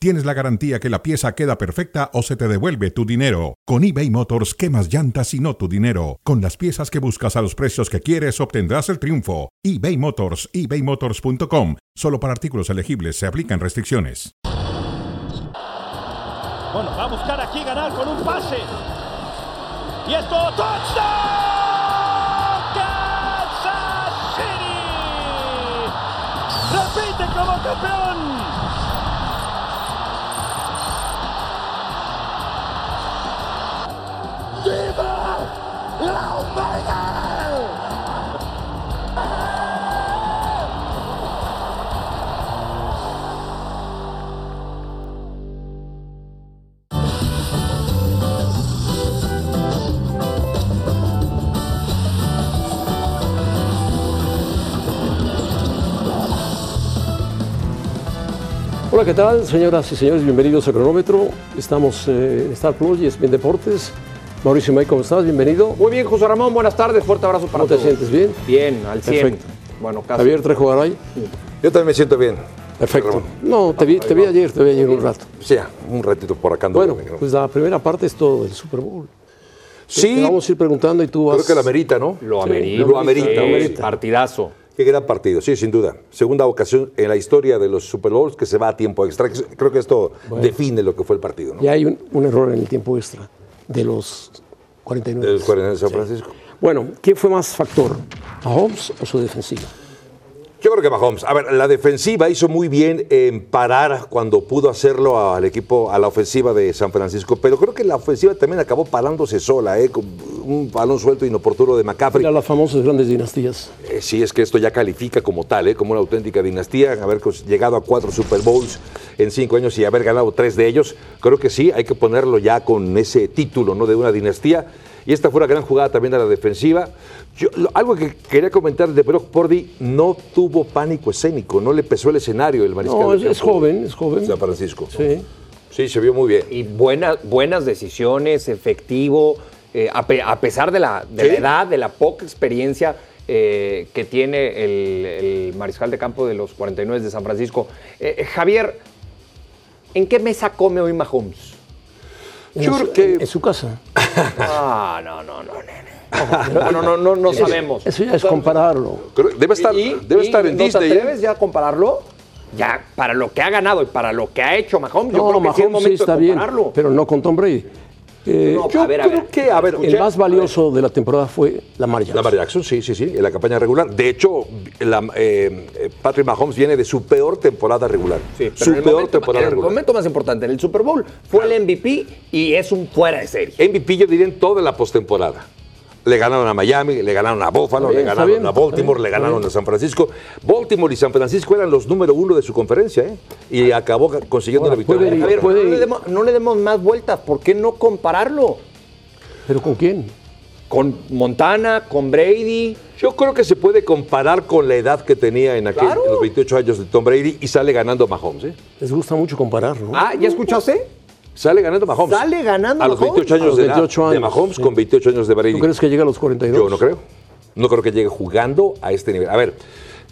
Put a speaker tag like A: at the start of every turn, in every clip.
A: tienes la garantía que la pieza queda perfecta o se te devuelve tu dinero. Con eBay Motors, quemas llantas y no tu dinero. Con las piezas que buscas a los precios que quieres, obtendrás el triunfo. eBay Motors, ebaymotors.com. Solo para artículos elegibles se aplican restricciones.
B: Bueno, va a buscar aquí ganar con un pase. Y esto, touchdown! Kansas City! Repite como campeón.
C: ¡Viva la Omega!
D: Hola, ¿qué tal? Señoras y señores, bienvenidos a Cronómetro. Estamos eh, en Star Plus y ESPN Deportes. Mauricio May, ¿cómo estás? Bienvenido.
E: Muy bien, José Ramón, buenas tardes, fuerte abrazo para
D: ¿Cómo te
E: todos.
D: sientes? ¿Bien?
E: Bien, al 100.
D: Perfecto.
E: Bueno, casi.
D: Javier Trejo Garay.
F: Yo también me siento bien.
D: Perfecto.
F: Ramón.
D: No, te vi, te vi ayer, te vi ayer un rato.
F: Sí, ya, un ratito por acá. anduve,
D: Bueno,
F: negro.
D: pues la primera parte es todo del Super Bowl. Te
F: sí,
D: vamos a ir preguntando y tú vas...
F: creo que la amerita, ¿no?
E: Lo amerita.
F: Lo amerita,
E: Sí,
F: lo amerita.
E: Partidazo.
F: Qué gran partido, sí, sin duda. Segunda ocasión en la historia de los Super Bowls que se va a tiempo extra. Creo que esto define lo que fue el partido, ¿no?
D: Ya hay un, un error en el tiempo extra de los 49.
F: El 49 de San Francisco.
D: Bueno, ¿quién fue más factor? ¿Mahomes o su defensiva?
F: Yo creo que Mahomes. A ver, la defensiva hizo muy bien en parar cuando pudo hacerlo al equipo, a la ofensiva de San Francisco, pero creo que la ofensiva también acabó parándose sola, ¿eh? Con un balón suelto inoportuno de McCaffrey.
D: Mira las famosas grandes dinastías.
F: Eh, sí, es que esto ya califica como tal, ¿eh? como una auténtica dinastía, haber cons- llegado a cuatro Super Bowls en cinco años y haber ganado tres de ellos, creo que sí, hay que ponerlo ya con ese título ¿no? de una dinastía. Y esta fue una gran jugada también a la defensiva. Yo- lo- algo que quería comentar de Brock Purdy, no tuvo pánico escénico, no le pesó el escenario el mariscal.
D: No,
F: de
D: es, es
F: campo
D: joven, es
F: de
D: joven.
F: San Francisco.
D: Sí.
F: Sí, se vio muy bien.
E: Y buena- buenas decisiones, efectivo, eh, a, pe- a pesar de, la, de
F: Sí.
E: la edad, de la poca experiencia eh, que tiene el, el mariscal de campo de los 49 de San Francisco. Eh, eh, Javier, ¿en qué mesa come hoy Mahomes?
D: En
F: Yo
D: su-
F: creo que-
D: En su casa.
E: Ah, no, no, no, no. No, no, no, no, no sabemos.
D: Eso ya es compararlo.
F: Creo- debe estar,
E: Y-
F: debe
E: y
F: estar en
E: ¿no
F: Disney.
E: ¿Te
F: ¿eh?
E: atreves ya a compararlo? Ya, para lo que ha ganado y para lo que ha hecho Mahomes, yo
D: No,
E: creo que sí es
D: Mahomes sí
E: momento
D: está
E: de
D: bien,
E: compararlo.
D: pero no con Tom Brady. Eh,
E: No,
D: yo
E: a ver, a
D: creo
E: ver.
F: Que, a ver,
D: que el más valioso de la temporada fue Lamar Jackson.
F: Lamar Jackson, sí, sí, sí, en la campaña regular. De hecho, la- eh, eh, Patrick Mahomes viene de su peor temporada regular.
E: Sí, pero
F: su
E: en el
F: peor
E: momento-
F: temporada
E: en el
F: regular.
E: momento más importante, en el Super Bowl, fue el MVP y es un fuera de serie.
F: MVP yo diría en toda la postemporada. Le ganaron a Miami, le ganaron a Buffalo,
D: Está bien,
F: le
D: está
F: ganaron
D: bien,
F: a
D: está
F: Baltimore,
D: bien,
F: le
D: está
F: ganaron
D: bien.
F: a San Francisco. Baltimore y San Francisco eran los número uno de su conferencia, ¿eh? Y acabó ca- consiguiendo
D: Ahora,
F: la victoria.
D: puede-
F: Javier,
D: puede-
E: no, le demos, no le demos más vueltas, ¿por qué no compararlo?
D: ¿Pero con quién?
E: Con Montana, con Brady.
F: Yo creo que se puede comparar con la edad que tenía en, aquel,
E: Claro.
F: en los 28 años de Tom Brady y sale ganando Mahomes, ¿eh?
D: Les gusta mucho comparar, ¿no?
E: Ah, ¿ya escuchaste?
F: Sale ganando Mahomes.
E: Sale ganando
F: A los
E: Mahomes.
F: 28 años,
D: A los 28
F: de, edad de
D: años,
F: Mahomes
D: sí.
F: con 28 años de Brady.
D: ¿Tú crees que llega a los 42?
F: Yo no creo. No creo que llegue jugando a este nivel. A ver,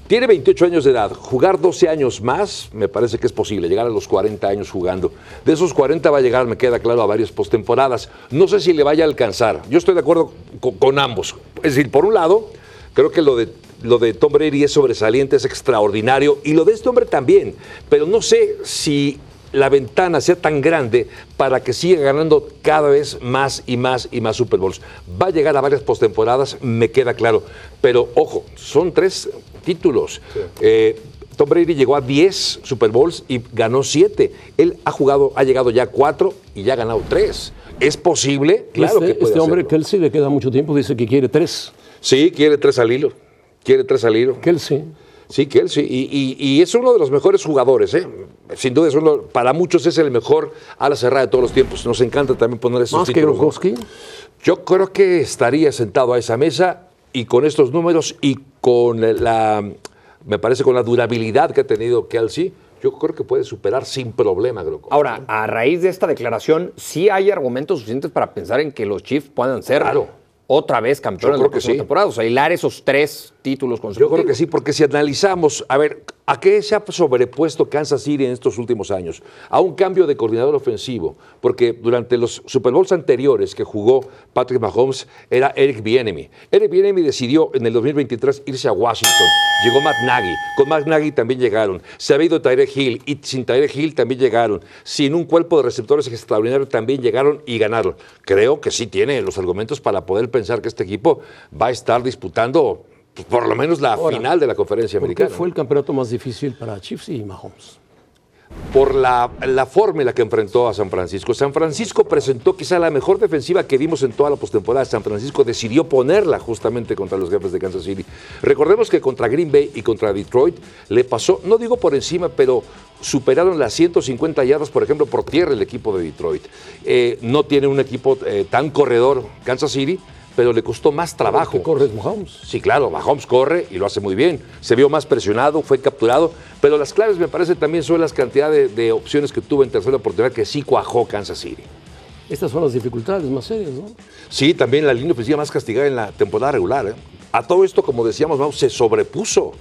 F: tiene 28 años de edad. Jugar 12 años más me parece que es posible. Llegar a los 40 años jugando. De esos 40 va a llegar, me queda claro, a varias postemporadas. No sé si le vaya a alcanzar. Yo estoy de acuerdo con, con ambos. Es decir, por un lado, creo que lo de, lo de Tom Brady es sobresaliente, es extraordinario. Y lo de este hombre también. Pero no sé si la ventana sea tan grande para que siga ganando cada vez más y más y más Super Bowls. Va a llegar a varias postemporadas, me queda claro. Pero ojo, son tres títulos. Eh, Tom Brady llegó a 10 Super Bowls y ganó 7. Él ha jugado, ha llegado ya a 4 y ya ha ganado 3. ¿Es posible? Claro
D: este
F: que puede
D: este hombre,
F: hacerlo.
D: Kelsey, le queda mucho tiempo, dice que quiere tres.
F: Sí, quiere 3 al hilo. Quiere 3 al hilo.
D: Kelsey.
F: Sí, que él sí. Y, y- y es uno de los mejores jugadores, ¿eh? Sin duda, es uno, para muchos es el mejor ala cerrada de todos los tiempos. Nos encanta también poner esos
D: Más que
F: títulos, ¿no?
D: Gronkowski.
F: Yo creo que estaría sentado a esa mesa y con estos números y con la me parece con la durabilidad que ha tenido Kelsey, yo creo que puede superar sin problema, Groco.
E: Ahora, a raíz de esta declaración, sí hay argumentos suficientes para pensar en que los Chiefs puedan ser
F: Claro.
E: otra vez
F: Yo
E: campeones de la
F: creo que
E: próxima
F: sí.
E: temporada. O sea, hilar esos tres títulos
F: Yo
E: consecutivos.
F: creo que sí, porque si analizamos, a ver, ¿a qué se ha sobrepuesto Kansas City en estos últimos años? A un cambio de coordinador ofensivo, porque durante los Super Bowls anteriores que jugó Patrick Mahomes era Eric Bienemy. Eric Bienemy decidió en el 2023 irse a Washington. Llegó Matt Nagy, con Matt Nagy también llegaron. Se ha ido Tyreek Hill y sin Tyreek Hill también llegaron. Sin un cuerpo de receptores extraordinario también llegaron y ganaron. Creo que sí tiene los argumentos para poder pensar que este equipo va a estar disputando pues, por lo menos la
D: Ahora,
F: final de la conferencia
D: ¿Por qué
F: americana.
D: fue el campeonato más difícil para Chiefs y Mahomes?
F: Por la, la forma en la que enfrentó a San Francisco. San Francisco presentó quizá la mejor defensiva que vimos en toda la postemporada. San Francisco decidió ponerla justamente contra los jefes de Kansas City. Recordemos que contra Green Bay y contra Detroit le pasó, no digo por encima, pero superaron las 150 yardas, por ejemplo, por tierra el equipo de Detroit. Eh, no tiene un equipo eh, tan corredor Kansas City, pero le costó más trabajo.
D: ¿Qué corres Mahomes?
F: Sí, claro, Mahomes corre y lo hace muy bien. Se vio más presionado, fue capturado, pero las claves me parece también son las cantidades de, de opciones que tuvo en tercera oportunidad que sí cuajó Kansas City.
D: Estas son las dificultades más serias, ¿no?
F: Sí, también la línea ofensiva más castigada en la temporada regular. ¿eh? A todo esto, como decíamos, Mau, se sobrepuso.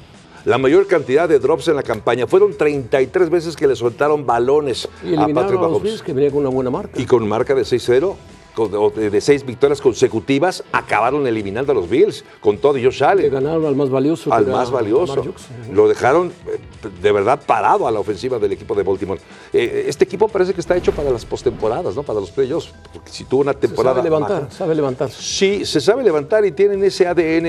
F: La mayor cantidad de drops en la campaña fueron 33 veces que le soltaron balones
D: Y
F: a
D: eliminaron
F: Patrick
D: a, los
F: Mahomes.
D: Bills, que venía con una buena marca.
F: Y con marca de 6-0, con- o de de seis victorias consecutivas, acabaron eliminando a los Bills con todo y Josh
D: Le
F: Allen.
D: ganaron al más valioso. que
F: al
D: era
F: más valioso.
D: Lamar Jackson.
F: Lo dejaron eh, de verdad parado a la ofensiva del equipo de Baltimore. Eh, Este equipo parece que está hecho para las postemporadas, ¿no? Para los playoffs. Porque si tuvo una
D: Se
F: temporada.
D: sabe levantar,
F: baja-
D: sabe levantarse.
F: Sí, se sabe levantar y tienen ese ADN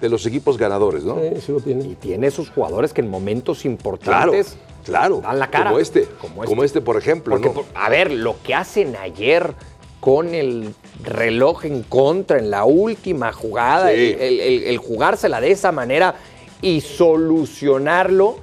F: de los equipos ganadores, ¿no?
D: Eh, sí lo tiene.
E: Y tiene esos jugadores que en momentos
F: Claro,
E: importantes
F: claro.
E: dan la cara.
F: Como este,
E: Como
F: como
E: este.
F: este, por ejemplo.
E: Porque,
F: ¿no?
E: por- a ver, lo que hacen ayer con el reloj en contra en la última jugada,
F: Sí.
E: el, el- el- el jugársela de esa manera y solucionarlo.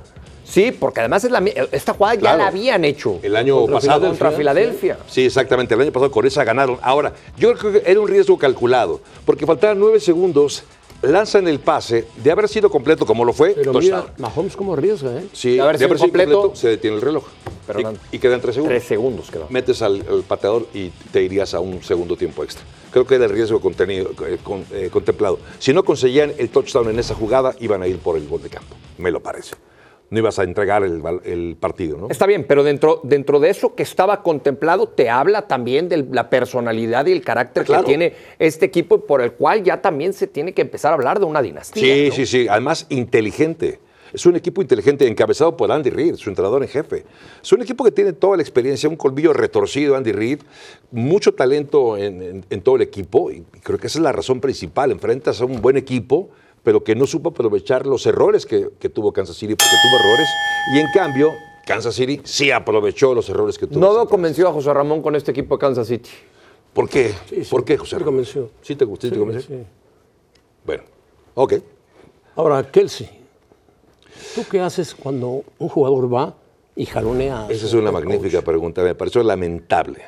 E: Sí, porque además es la mi- esta jugada
F: Claro.
E: ya la habían hecho.
F: El año pasado.
E: Contra Filadelfia.
F: Sí, exactamente. El año pasado con esa ganaron. Ahora, yo creo que era un riesgo calculado, porque faltaban nueve segundos, lanzan el pase, de haber sido completo como lo fue,
D: Pero
F: touchdown.
D: mira, Mahomes como arriesga, ¿eh?
F: Sí,
E: De haber sido completo,
F: se detiene el reloj.
E: pero no.
F: Y, y quedan tres segundos.
E: Tres segundos quedó.
F: Metes al, al pateador y te irías a un segundo tiempo extra. Creo que era el riesgo contenido, eh, con- eh, contemplado. Si no conseguían el touchdown en esa jugada, iban a ir por el gol de campo. Me lo parece. No ibas a entregar el, bal- el partido, ¿no?
E: Está bien, pero dentro, dentro de eso que estaba contemplado, te habla también de la personalidad y el carácter
F: Claro.
E: que tiene este equipo, por el cual ya también se tiene que empezar a hablar de una dinastía.
F: Sí,
E: ¿no?
F: sí, sí. Además, inteligente. Es un equipo inteligente encabezado por Andy Reid, su entrenador en jefe. Es un equipo que tiene toda la experiencia, un colmillo retorcido, Andy Reid, mucho talento en, en- en todo el equipo. Y creo que esa es la razón principal. Enfrentas a un buen equipo, pero que no supo aprovechar los errores que, que tuvo Kansas City, porque tuvo errores. Y en cambio, Kansas City sí aprovechó los errores que tuvo.
E: No veo convencido a José Ramón con este equipo de Kansas City.
F: ¿Por qué?
D: Sí, sí,
F: ¿Por qué, José?
D: me
F: Ramón?
D: convenció.
F: ¿Sí te, gustó? sí te convenció?
D: Sí.
F: Bueno, ok.
D: Ahora, Kelsey, ¿tú qué haces cuando un jugador va y jalonea? a su
F: Esa es una
D: head coach?
F: magnífica pregunta, me pareció lamentable.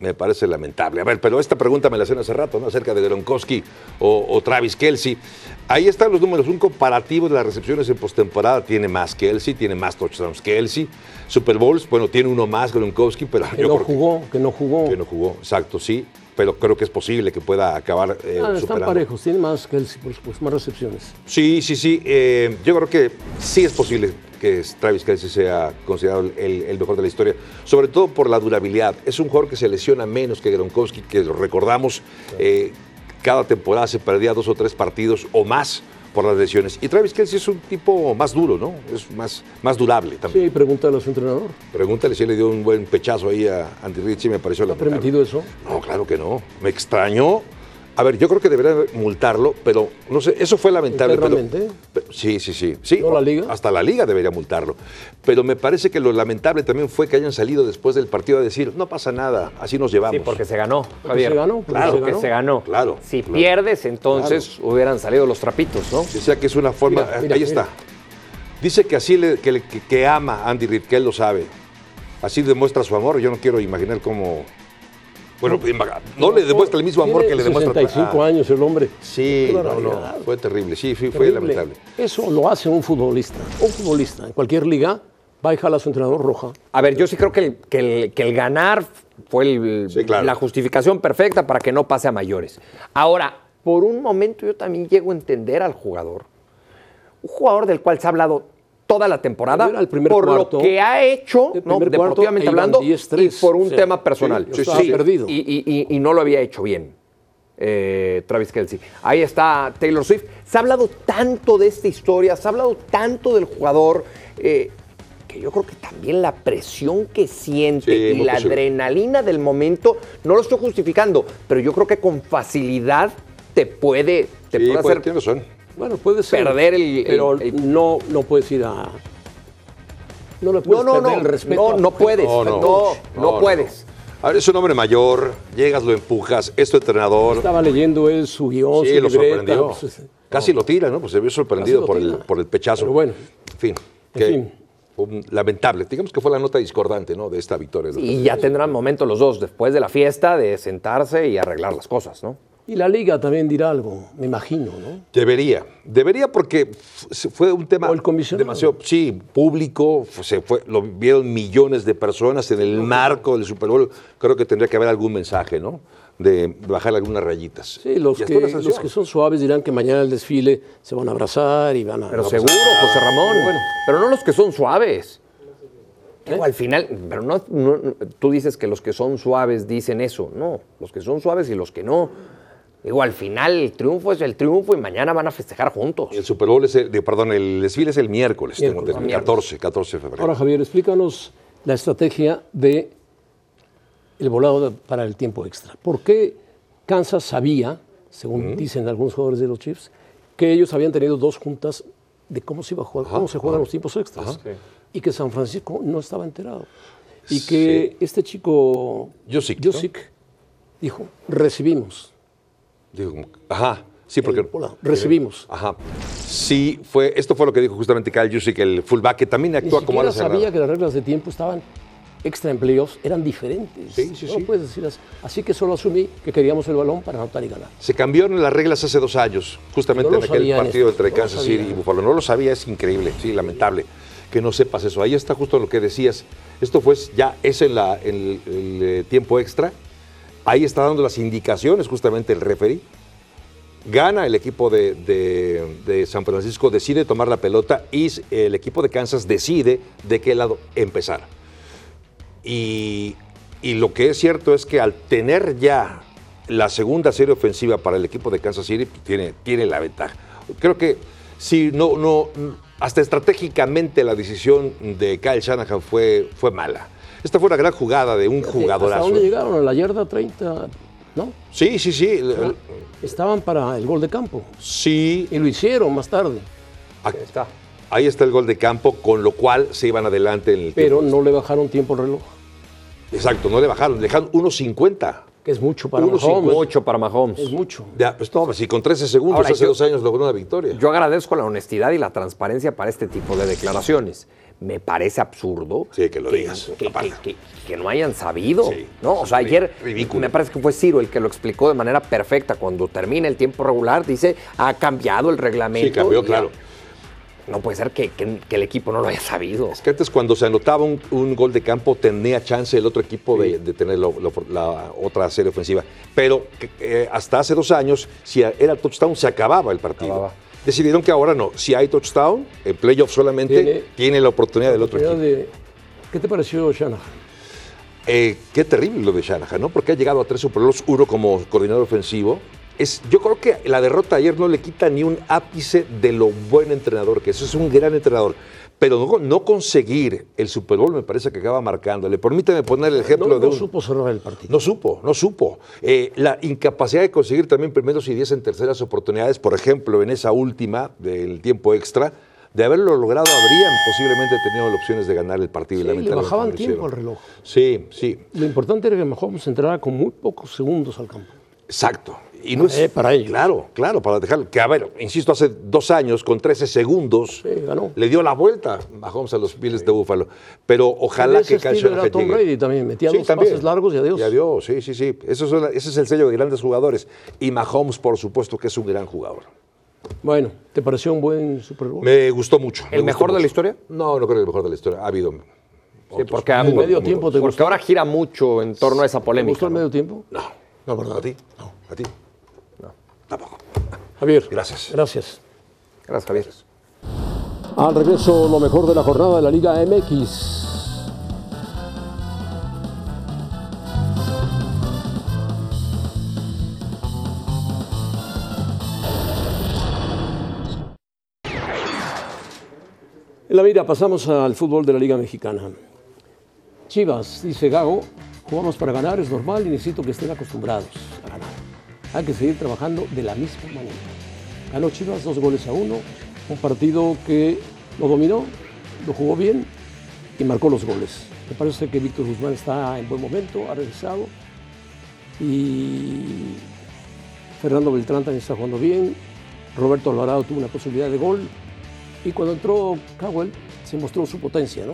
F: Me parece lamentable. A ver, pero esta pregunta me la hacen hace rato, ¿no? Acerca de Gronkowski o, o Travis Kelsey. Ahí están los números. Un comparativo de las recepciones en postemporada tiene más Kelsey, tiene más touchdowns Kelsey. Super Bowls, bueno, tiene uno más Gronkowski, pero
D: Que
F: yo
D: no
F: creo que-
D: jugó, que no jugó.
F: que no jugó. Exacto, sí. Pero creo que es posible que pueda acabar eh,
D: Ah, están
F: superando.
D: parejos, tiene más Kelsey, por supuesto, más recepciones.
F: Sí, sí, sí. eh, yo creo que sí es posible que Travis Kelsey sea considerado el, el mejor de la historia, sobre todo por la durabilidad. Es un jugador que se lesiona menos que Gronkowski, que lo recordamos, eh, cada temporada se perdía dos o tres partidos o más por las lesiones. Y Travis Kelsey es un tipo más duro, ¿no? Es más, más durable
D: Sí,
F: también.
D: y pregúntale a su entrenador.
F: Pregúntale si él le dio un buen pechazo ahí a Andy Ritchie, me pareció
D: ¿Ha
F: lamentable.
D: permitido eso?
F: No, claro que no. Me extrañó. A ver, yo creo que debería multarlo, pero no sé, eso fue lamentable. pero-
D: Internamente.
F: pero- sí, sí, sí. sí
D: ¿No la liga?
F: Hasta la liga debería multarlo. Pero me parece que lo lamentable también fue que hayan salido después del partido a decir, no pasa nada, así nos llevamos.
E: Sí, porque se ganó.
D: se ganó, porque
E: claro,
D: se
E: que
D: ganó.
E: se ganó.
F: Claro,
E: Si
F: claro.
E: pierdes, entonces hubieran salido los trapitos, ¿no?
F: O sea que es una forma. eh,
D: Mira, mira,
F: ahí
D: mira.
F: está. Dice que así le- que, le- que- que ama a Andy Reid, que él lo sabe. Así demuestra su amor. Yo no quiero imaginar cómo, Bueno, no le demuestra el mismo amor que le demuestra
D: 65 años el hombre. Qué
F: Sí, no, no,
D: barbaridad.
F: fue terrible, sí, sí, fue
D: Terrible.
F: lamentable.
D: Eso lo hace un futbolista. Un futbolista en cualquier liga va y jala a su entrenador roja.
E: A ver, yo sí creo que el, que el- que el ganar fue el-
F: Sí, claro.
E: la justificación perfecta para que no pase a mayores. Ahora, por un momento yo también llego a entender al jugador. Un jugador del cual se ha hablado toda la temporada
D: Yo era el primer
E: por
D: cuarto,
E: lo que ha hecho,
D: el
E: ¿no?
D: primer cuarto,
E: deportivamente
D: e iban
E: hablando,
D: 10-3.
E: y por un
D: Sí.
E: tema personal.
D: Sí, yo estaba perdido.
E: Y, y- y- y no lo había hecho bien. eh, Travis Kelsey. Ahí está Taylor Swift. Se ha hablado tanto de esta historia, se ha hablado tanto del jugador, eh, que yo creo que también la presión que siente
F: Sí,
E: y
F: muy
E: la
F: posible.
E: adrenalina del momento, no lo estoy justificando, pero yo creo que con facilidad te puede, te
F: Sí,
E: puede
F: puede-
E: hacer
F: tiene razón.
D: Bueno, puede ser.
E: Perder el- el-
D: Pero
E: el-
D: no, no puedes ir a. No le puedes perder el respeto.
E: No, no puedes.
F: No,
E: No,
F: no.
E: no,
F: No, no.
E: puedes.
F: A ver, es un hombre mayor, llegas, lo empujas, es tu entrenador.
D: Estaba leyendo él su guión,
F: Sí,
D: su
F: lo
D: libreta,
F: sorprendió.
D: pues,
F: Casi lo tira, ¿no? Pues se vio
D: Casi
F: sorprendido
D: lo
F: por el,
D: tira.
F: por el pechazo.
D: Pero bueno.
F: En fin. que-
D: fin.
F: un- lamentable. Digamos que fue la nota discordante, ¿no? De esta victoria.
E: Y ya tendrán momento los dos, después de la fiesta, de sentarse y arreglar las cosas, ¿no?
D: Y la liga también dirá algo, me imagino, ¿no?
F: Debería. Debería porque f- fue un tema
D: O el comisionado.
F: demasiado, sí, público, f- se fue, lo vieron millones de personas en el marco del Super Bowl. Creo que tendría que haber algún mensaje, ¿no? De bajar algunas rayitas.
D: Sí, los
F: Y hasta
D: que,
F: una
D: los
F: sanción.
D: que son suaves dirán que mañana el desfile se van a abrazar y van a.
E: Pero seguro,
D: ah,
E: José Ramón. Pero no los que son suaves. Digo, al final, pero no, no- no- tú dices que los que son suaves dicen eso. No, los que son suaves y los que no. Digo, al final el triunfo es el triunfo y mañana van a festejar juntos.
F: El Super Bowl es el, de- perdón, el desfile es el miércoles, tengo
D: Miércoles.
F: entendido, 14, 14 de febrero.
D: Ahora, Javier, explícanos la estrategia de el volado de- para el tiempo extra. ¿Por qué Kansas sabía, según dicen algunos jugadores de los Chiefs, que ellos habían tenido dos juntas de cómo se iba a jugar, cómo se juegan los tiempos extras? Y que San Francisco no estaba enterado. Y que este chico
F: Josic, ¿no?
D: Josic, dijo, recibimos.
F: Digo, como- ajá, sí, porque...
D: Hola, recibimos.
F: Ajá. Sí, fue, esto fue lo que dijo justamente Kyle Jusic, el fullback, que también
D: Ni
F: actúa
D: siquiera
F: como ala
D: sabía
F: cerrada.
D: que las reglas de tiempo estaban extra en playoffs, eran diferentes.
F: Sí, sí,
D: no
F: sí.
D: lo puedes decir así. Así que solo asumí que queríamos el balón para anotar y ganar.
F: Se cambiaron las reglas hace dos años, justamente
D: No lo
F: en aquel
D: sabían
F: partido
D: esto,
F: entre
D: no lo
F: Kansas City
D: sabían.
F: y Buffalo. No lo sabía, es increíble, sí, lamentable que no sepas eso. Ahí está justo lo que decías. Esto fue ya, es en la, en el, el, eh, tiempo extra. Ahí está dando las indicaciones justamente el referee. Gana el equipo de, de- de San Francisco, decide tomar la pelota y s- el equipo de Kansas decide de qué lado empezar. Y, y lo que es cierto es que al tener ya la segunda serie ofensiva para el equipo de Kansas City, pues, tiene, tiene la ventaja. Creo que si no, no, hasta estratégicamente la decisión de Kyle Shanahan fue, fue mala. Esta fue una gran jugada de un
D: ¿Hasta
F: jugadorazo.
D: dónde llegaron? A la yarda 30, ¿no?
F: Sí, sí, sí. el- el-
D: Estaban para el gol de campo.
F: Sí,
D: Y lo hicieron más tarde.
F: Ahí está. Ahí está el gol de campo, con lo cual se iban adelante en el
D: Pero
F: tiempo.
D: no le bajaron tiempo al reloj,
F: Exacto, no le bajaron, le dejaron 1.50.
D: que es mucho para
F: Uno
D: Mahomes.
E: Mucho para
D: Es
E: Mahomes.
D: mucho.
F: Ya, pues no, si con 13 segundos
E: Ahora,
F: hace
E: yo-
F: dos años logró una victoria.
E: Yo agradezco la honestidad y la transparencia para este tipo de declaraciones. Me parece absurdo
F: Sí, que lo digas,
E: que,
F: aparte.
E: que- que no hayan sabido.
F: Sí,
E: ¿no? O sea,
F: ri-
E: ayer
F: ridículo.
E: me parece que fue Ciro el que lo explicó de manera perfecta. Cuando termina el tiempo regular, dice, ha cambiado el reglamento.
F: sí, cambió,
E: y
F: claro.
E: No puede ser que, que- que el equipo no lo haya sabido.
F: Es que antes cuando se anotaba un, un gol de campo tenía chance el otro equipo de, de tener lo- lo- la otra serie ofensiva. Pero eh, hasta hace dos años, si era touchdown, se acababa el partido.
E: Acababa.
F: Decidieron que ahora no. Si hay touchdown, el playoff solamente tiene,
D: Tiene-
F: la oportunidad del otro
D: Mira
F: equipo.
D: de- ¿Qué te pareció, Shanahan?
F: Eh, qué terrible lo de Shanahan, ¿no? Porque ha llegado a tres Super Bowls, uno como coordinador ofensivo. Es, yo creo que la derrota ayer no le quita ni un ápice de lo buen entrenador que es. Es un gran entrenador. Pero no, no conseguir el Super Bowl me parece que acaba marcándole. Permítame poner el
D: No,
F: ejemplo de
D: no
F: un...
D: supo cerrar el partido.
F: No supo, no supo. Eh, la incapacidad de conseguir también primeros y diez en terceras oportunidades, por ejemplo, en esa última del tiempo extra, de haberlo logrado habrían posiblemente tenido las opciones de ganar el partido.
D: Sí,
F: y
D: le
F: lamentablemente no
D: bajaban
F: lo
D: tiempo al
F: hicieron.
D: reloj.
F: Sí, sí.
D: Lo importante era que Mahomes entrara con muy pocos segundos al campo.
F: Exacto. Y no es,
D: Eh, para ellos.
F: Claro, claro, para dejar. Que a ver, insisto, hace dos años, con 13 segundos,
D: Sí, ganó.
F: le dio la vuelta Mahomes a los Bills de Búfalo. Pero ojalá
D: Ese
F: que Kyle
D: estilo era
F: Shanahan
D: Tom
F: llegue.
D: Brady también, metía dos pases largos y adiós.
F: Y adiós, sí, sí, sí. Eso es, la- ese es el sello de grandes jugadores. Y Mahomes, por supuesto, que es un gran jugador.
D: Bueno, ¿te pareció un buen Super Bowl?
F: Me gustó mucho. me
E: ¿El
F: gustó
E: mejor de
F: mucho.
E: la historia?
F: No, no creo que el mejor de la historia. Ha habido.
E: Sí,
F: otros
E: porque, ha-
F: muy
D: el medio
F: muy
D: tiempo
F: buenos.
D: te
E: porque
D: gustó.
E: ahora gira mucho en torno a esa
D: ¿Te
E: polémica.
D: gustó el
E: ¿no?
D: medio tiempo?
F: No, no, ¿verdad? ¿A ti? No. ¿A ti? No. Tampoco.
D: Javier.
F: Gracias.
D: Gracias.
E: Gracias, Javier.
D: Al regreso, lo mejor de la jornada de la Liga MX. En la mira, pasamos al fútbol de la Liga Mexicana. Chivas, dice Gago, jugamos para ganar, es normal y necesito que estén acostumbrados a ganar. Hay que seguir trabajando de la misma manera. Ganó Chivas dos goles a uno, un partido que lo dominó, lo jugó bien y marcó los goles. Me parece que Víctor Guzmán está en buen momento, ha regresado y Fernando Beltrán también está jugando bien. Roberto Alvarado tuvo una posibilidad de gol y cuando entró Cowell se mostró su potencia, ¿no?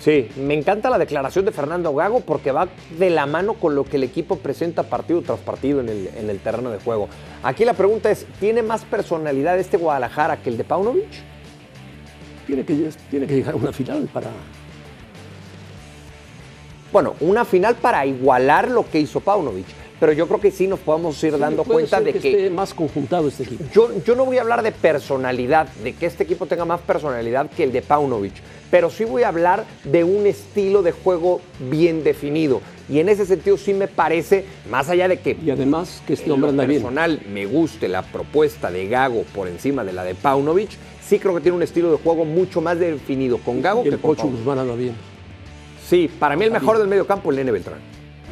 E: Sí, me encanta la declaración de Fernando Gago porque va de la mano con lo que el equipo presenta partido tras partido en el, en el terreno de juego. Aquí la pregunta es, ¿tiene más personalidad este Guadalajara que el de Paunovic?
D: Tiene que, tiene que llegar a una final para.
E: Bueno, una final para igualar lo que hizo Paunovic, pero yo creo que sí nos podemos ir dando
D: Puede
E: cuenta
D: ser
E: de que...
D: esté más conjuntado este equipo.
E: Yo, yo no voy a hablar de personalidad, de que este equipo tenga más personalidad que el de Paunovic, pero sí voy a hablar de un estilo de juego bien definido. Y en ese sentido sí me parece, más allá de que
D: Y además que este
E: en
D: hombre
E: lo
D: anda bien.
E: personal me guste la propuesta de Gago por encima de la de Paunovic, sí creo que tiene un estilo de juego mucho más definido con Gago
D: Y
E: que
D: el
E: con
D: Pocho
E: Paunovic.
D: Guzmán anda bien.
E: Sí, para mí el mejor del medio campo, el Nene Beltrán.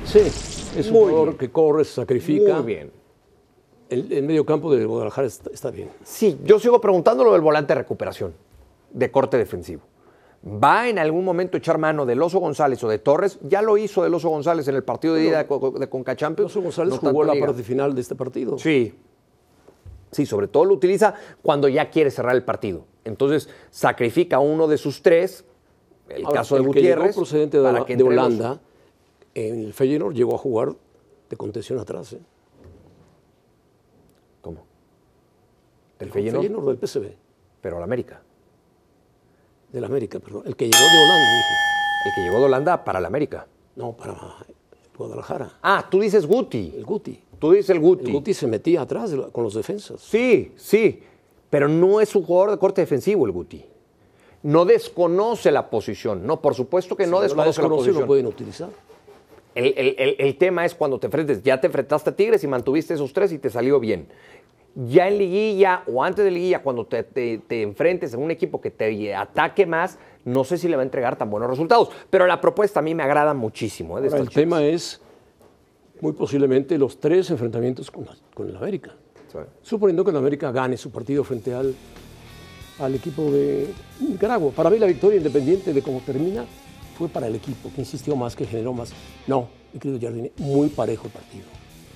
D: Sí, es un
E: Muy
D: jugador
E: bien.
D: que corre, se sacrifica.
E: Muy bien.
D: El, el medio campo de Guadalajara está, está bien.
E: Sí, yo sigo preguntando lo del volante de recuperación, de corte defensivo. ¿Va en algún momento a echar mano del Oso González o de Torres? Ya lo hizo del Oso González en el partido de ida de, Co- de Conca Champions.
D: Alonso González
E: No tanto
D: jugó la
E: liga.
D: parte final de este partido.
E: Sí. Sí, sobre todo lo utiliza cuando ya quiere cerrar el partido. Entonces sacrifica a uno de sus tres, el
D: Ahora,
E: caso de
D: el que llegó
E: Gutiérrez,
D: procedente de,
E: para
D: la-
E: que
D: de
E: entre el Oso.
D: Holanda, en el Feyenoord llegó a jugar de contención atrás. ¿eh?
E: ¿Cómo? Del
D: El
E: Feyenoord,
D: Feyenoord del PSV,
E: pero al América.
D: del América, perdón. El que llegó de Holanda, dije.
E: El que llegó de Holanda para el América.
D: No, para Guadalajara.
E: Ah, tú dices Guti.
D: El Guti.
E: Tú dices el Guti.
D: El Guti se metía atrás de la- con los defensas.
E: Sí, sí, pero no es un jugador de corte defensivo el Guti. No desconoce la posición, no, por supuesto que no
D: Si la
E: desconoce la,
D: desconoce,
E: posición.
D: lo pueden utilizar.
E: el, el- el- el tema es cuando te enfrentes, ya te enfrentaste a Tigres y mantuviste esos tres y te salió bien. Ya en liguilla o antes de liguilla, cuando te, te- te enfrentes a un equipo que te ataque más, no sé si le va a entregar tan buenos resultados. Pero la propuesta a mí me agrada muchísimo. eh, de
D: Ahora, el
E: estos chicos.
D: tema es, muy posiblemente, los tres enfrentamientos con, la- con el América. Suponiendo que el América gane su partido frente al, al equipo de Nicaragua. Para mí la victoria, independiente de cómo termina, fue para el equipo, que insistió más, que generó más. No, mi querido Jardine, muy parejo el partido.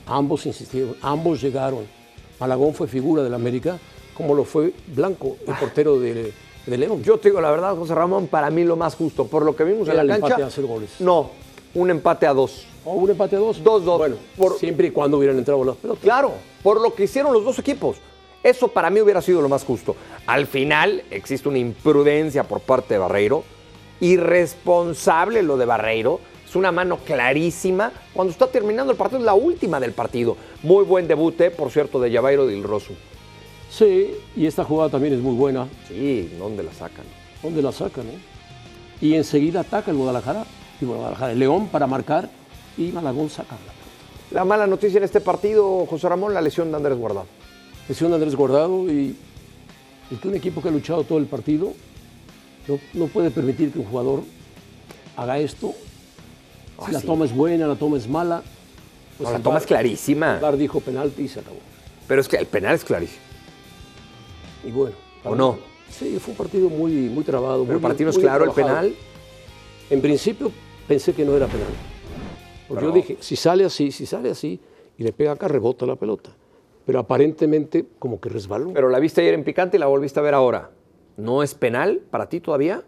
D: Ambos insistieron, ambos llegaron. Malagón fue figura del América, como lo fue Blanco,
E: Ah.
D: el portero de, de León.
E: Yo te digo la verdad, José Ramón, para mí lo más justo, por lo que vimos
D: Era
E: en
D: el
E: la cancha.
D: empate a cero goles.
E: No, un empate a dos.
D: O un empate a dos.
E: Dos, dos.
D: Bueno,
E: Por-
D: siempre y cuando hubieran entrado las pelotas.
E: Claro, por lo que hicieron los dos equipos. Eso para mí hubiera sido lo más justo. Al final existe una imprudencia por parte de Barreiro, irresponsable lo de Barreiro. Es una mano clarísima. Cuando está terminando el partido, es la última del partido. Muy buen debut, eh, por cierto, de Yavairo Del Rosu.
D: Sí, y esta jugada también es muy buena.
E: Sí, ¿dónde la sacan?
D: ¿Dónde la sacan? eh? Y enseguida ataca el Guadalajara, y Guadalajara, el León para marcar y Malagón saca la pelota.
E: La mala noticia en este partido, José Ramón, la lesión de Andrés Guardado.
D: Lesión de Andrés Guardado y, y que un equipo que ha luchado todo el partido no, no puede permitir que un jugador haga esto. Si la toma es buena, la toma es mala. pues
E: Ah, No, la
D: el
E: toma
D: VAR-
E: es clarísima.
D: El VAR dijo penalti y se acabó.
E: Pero es que el penal es clarísimo.
D: Y bueno.
E: ¿O no?
D: Sí, fue un partido muy, muy trabado.
E: Pero
D: muy-
E: para ti no es
D: muy
E: claro el
D: trabajado.
E: penal.
D: En principio pensé que no era penal. Porque yo dije, si sale así, si sale así, y le pega acá, rebota la pelota. Pero aparentemente como que resbaló.
E: Pero la viste ayer en picante y la volviste a ver ahora. ¿No es penal para ti todavía?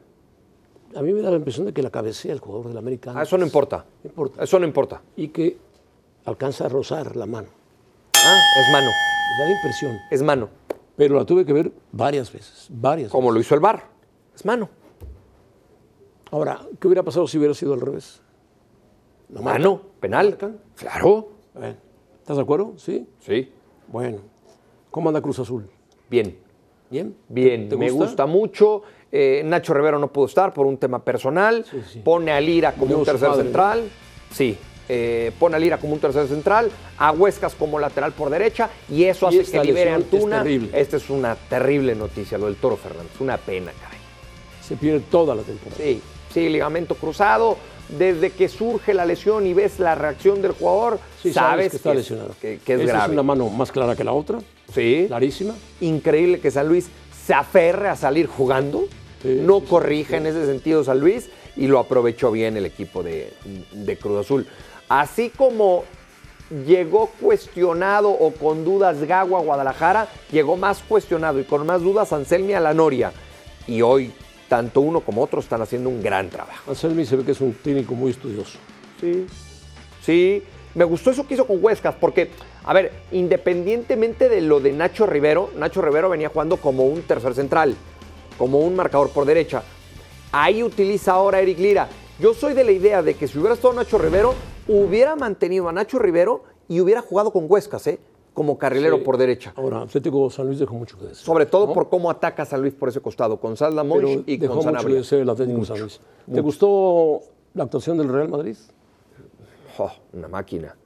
D: A mí me da la impresión de que la cabecea el jugador del americano.
E: Ah, eso no importa.
D: Pues, No importa.
E: Eso no importa.
D: Y que alcanza a rozar la mano.
E: Ah, es mano.
D: Me da la impresión.
E: Es mano.
D: Pero la tuve que ver varias veces, varias
E: Como lo hizo el bar. Es mano.
D: veces. Ahora, ¿qué hubiera pasado si hubiera sido al revés? ¿La
E: Mano. Penal.
D: marcan?
E: Claro.
D: Bueno, Eh, ¿Estás de acuerdo? Sí.
E: Sí.
D: Bueno. ¿Cómo anda Cruz Azul?
E: Bien.
D: ¿Bien?
E: Bien,
D: ¿Te
E: me gusta mucho. Eh, Nacho Rivero no pudo estar por un tema personal.
D: sí.
E: Pone a Lira como
D: Dios
E: un tercer
D: padre.
E: central. Sí, eh, pone a Lira como un tercer central. A Huescas como lateral por derecha. Y eso
D: Y
E: hace
D: esta
E: que libere a
D: lesión es
E: Antuna.
D: terrible.
E: Esta es una terrible noticia, lo del Toro Fernández. Una pena, caray.
D: Se pierde toda la temporada.
E: Sí, sí, ligamento cruzado. Desde que surge la lesión y ves la reacción del jugador,
D: Sí,
E: sabes,
D: que está
E: es-
D: lesionado.
E: que- que es
D: Esa
E: grave.
D: Es una mano más clara que la otra,
E: Sí.
D: clarísima.
E: increíble que San Luis se aferre a salir jugando.
D: Sí,
E: no corrige en ese sentido San Luis y lo aprovechó bien el equipo de, de Cruz Azul. Así como llegó cuestionado o con dudas Gago a Guadalajara, llegó más cuestionado y con más dudas Anselmi a la Noria. Y hoy tanto uno como otro están haciendo un gran trabajo.
D: Anselmi se ve que es un técnico muy estudioso.
E: Sí. Sí, me gustó eso que hizo con Huescas, porque, a ver, independientemente de lo de Nacho Rivero, Nacho Rivero venía jugando como un tercer central, como un marcador por derecha. Ahí utiliza ahora Eric Lira. Yo soy de la idea de que si hubiera estado Nacho Rivero, hubiera mantenido a Nacho Rivero y hubiera jugado con Huescas, ¿eh? Como carrilero
D: Sí.
E: por derecha.
D: Ahora, Atlético San Luis dejó mucho que decir.
E: Sobre todo por cómo ataca a San Luis por ese costado, con Salda
D: Pero
E: y
D: dejó
E: con
D: mucho que
E: Sanabria.
D: decir el Atlético San Luis. ¿Te gustó la actuación del Real Madrid?
E: Oh, una máquina.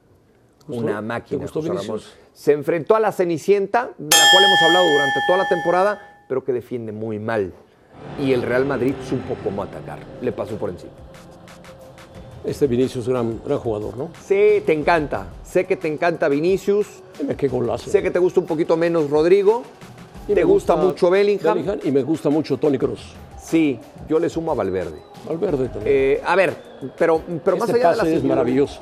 D: gustó? ¿Te
E: Una máquina.
D: gustó
E: José Ramón.
D: Vinicius?
E: Se enfrentó a la Cenicienta, de la cual hemos hablado durante toda la temporada, pero que defiende muy mal. Y el Real Madrid supo cómo atacar. Le pasó por encima.
D: Este Vinicius era un gran jugador, ¿no?
E: Sí, te encanta. Sé que te encanta Vinicius.
D: Dime qué golazo.
E: Sé que te gusta un poquito menos Rodrigo.
D: Y
E: te
D: me
E: gusta, mucho Bellingham.
D: Y me gusta mucho Tony Cruz.
E: Sí, yo le sumo a Valverde.
D: Valverde también.
E: Eh, a ver, pero, pero Eh, más
D: este
E: allá de
D: pase
E: la
D: es maravilloso.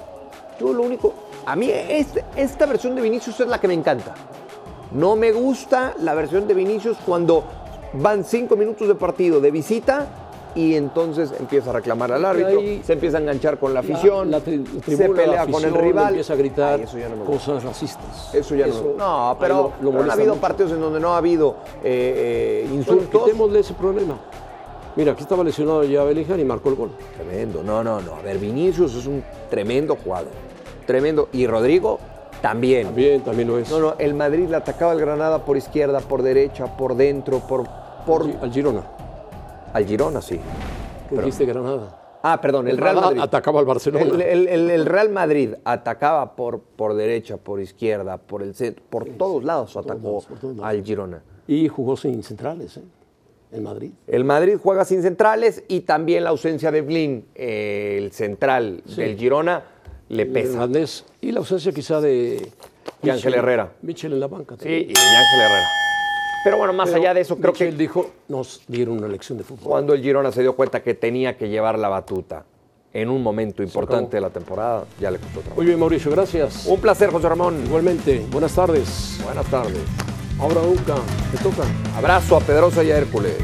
E: Yo lo único, a mí este- esta versión de Vinicius es la que me encanta. No me gusta la versión de Vinicius cuando van cinco minutos de partido de visita y entonces empieza a reclamar al árbitro,
D: ahí-
E: se empieza a enganchar con la afición,
D: La- la tri- la
E: se
D: tribuna, la
E: pelea con el
D: afición,
E: rival.
D: Empieza a gritar
E: Ay, eso ya no me gusta.
D: cosas racistas.
E: Eso ya no me gusta. no. pero,
D: ahí
E: pero han
D: molesta
E: habido
D: mucho.
E: partidos en donde no ha habido eh, eh,
D: Bueno,
E: insultos.
D: quitémosle ese problema. Mira, aquí estaba lesionado ya Bellingham y marcó el gol.
E: Tremendo, no, no, no. A ver, Vinicius es un tremendo jugador. Tremendo. Y Rodrigo también.
D: Bien, también lo es.
E: No, no, el Madrid le atacaba al Granada por izquierda, por derecha, por dentro, por. por
D: Al- Al Girona,
E: al Girona, sí.
D: que dijiste Granada.
E: Ah, perdón, el Real
D: Granada
E: Madrid.
D: atacaba al Barcelona.
E: El, el- el- el Real Madrid atacaba por, por derecha, por izquierda, por el centro, por todos lados atacó
D: lados, por todos lados.
E: al Girona.
D: Y jugó sin centrales, ¿eh? En Madrid.
E: El Madrid juega sin centrales y también la ausencia de Blin, eh, el central del Girona, le
D: El
E: pesa.
D: Hernández. Y la ausencia quizá de.
E: Y Ángel
D: Michel-
E: Herrera.
D: Michel en la banca. también.
E: Sí, y Ángel Herrera. Pero bueno, más allá de eso, creo que
D: Michel dijo, nos dieron una lección de fútbol.
E: cuando el Girona se dio cuenta que tenía que llevar la batuta en un momento importante de la temporada, ya le costó trabajo.
D: Muy bien, Mauricio, gracias.
E: Un placer, José Ramón.
D: Igualmente, buenas tardes.
E: Buenas tardes.
D: Ahora nunca, te toca.
E: Abrazo a Pedrosa y a Hércules.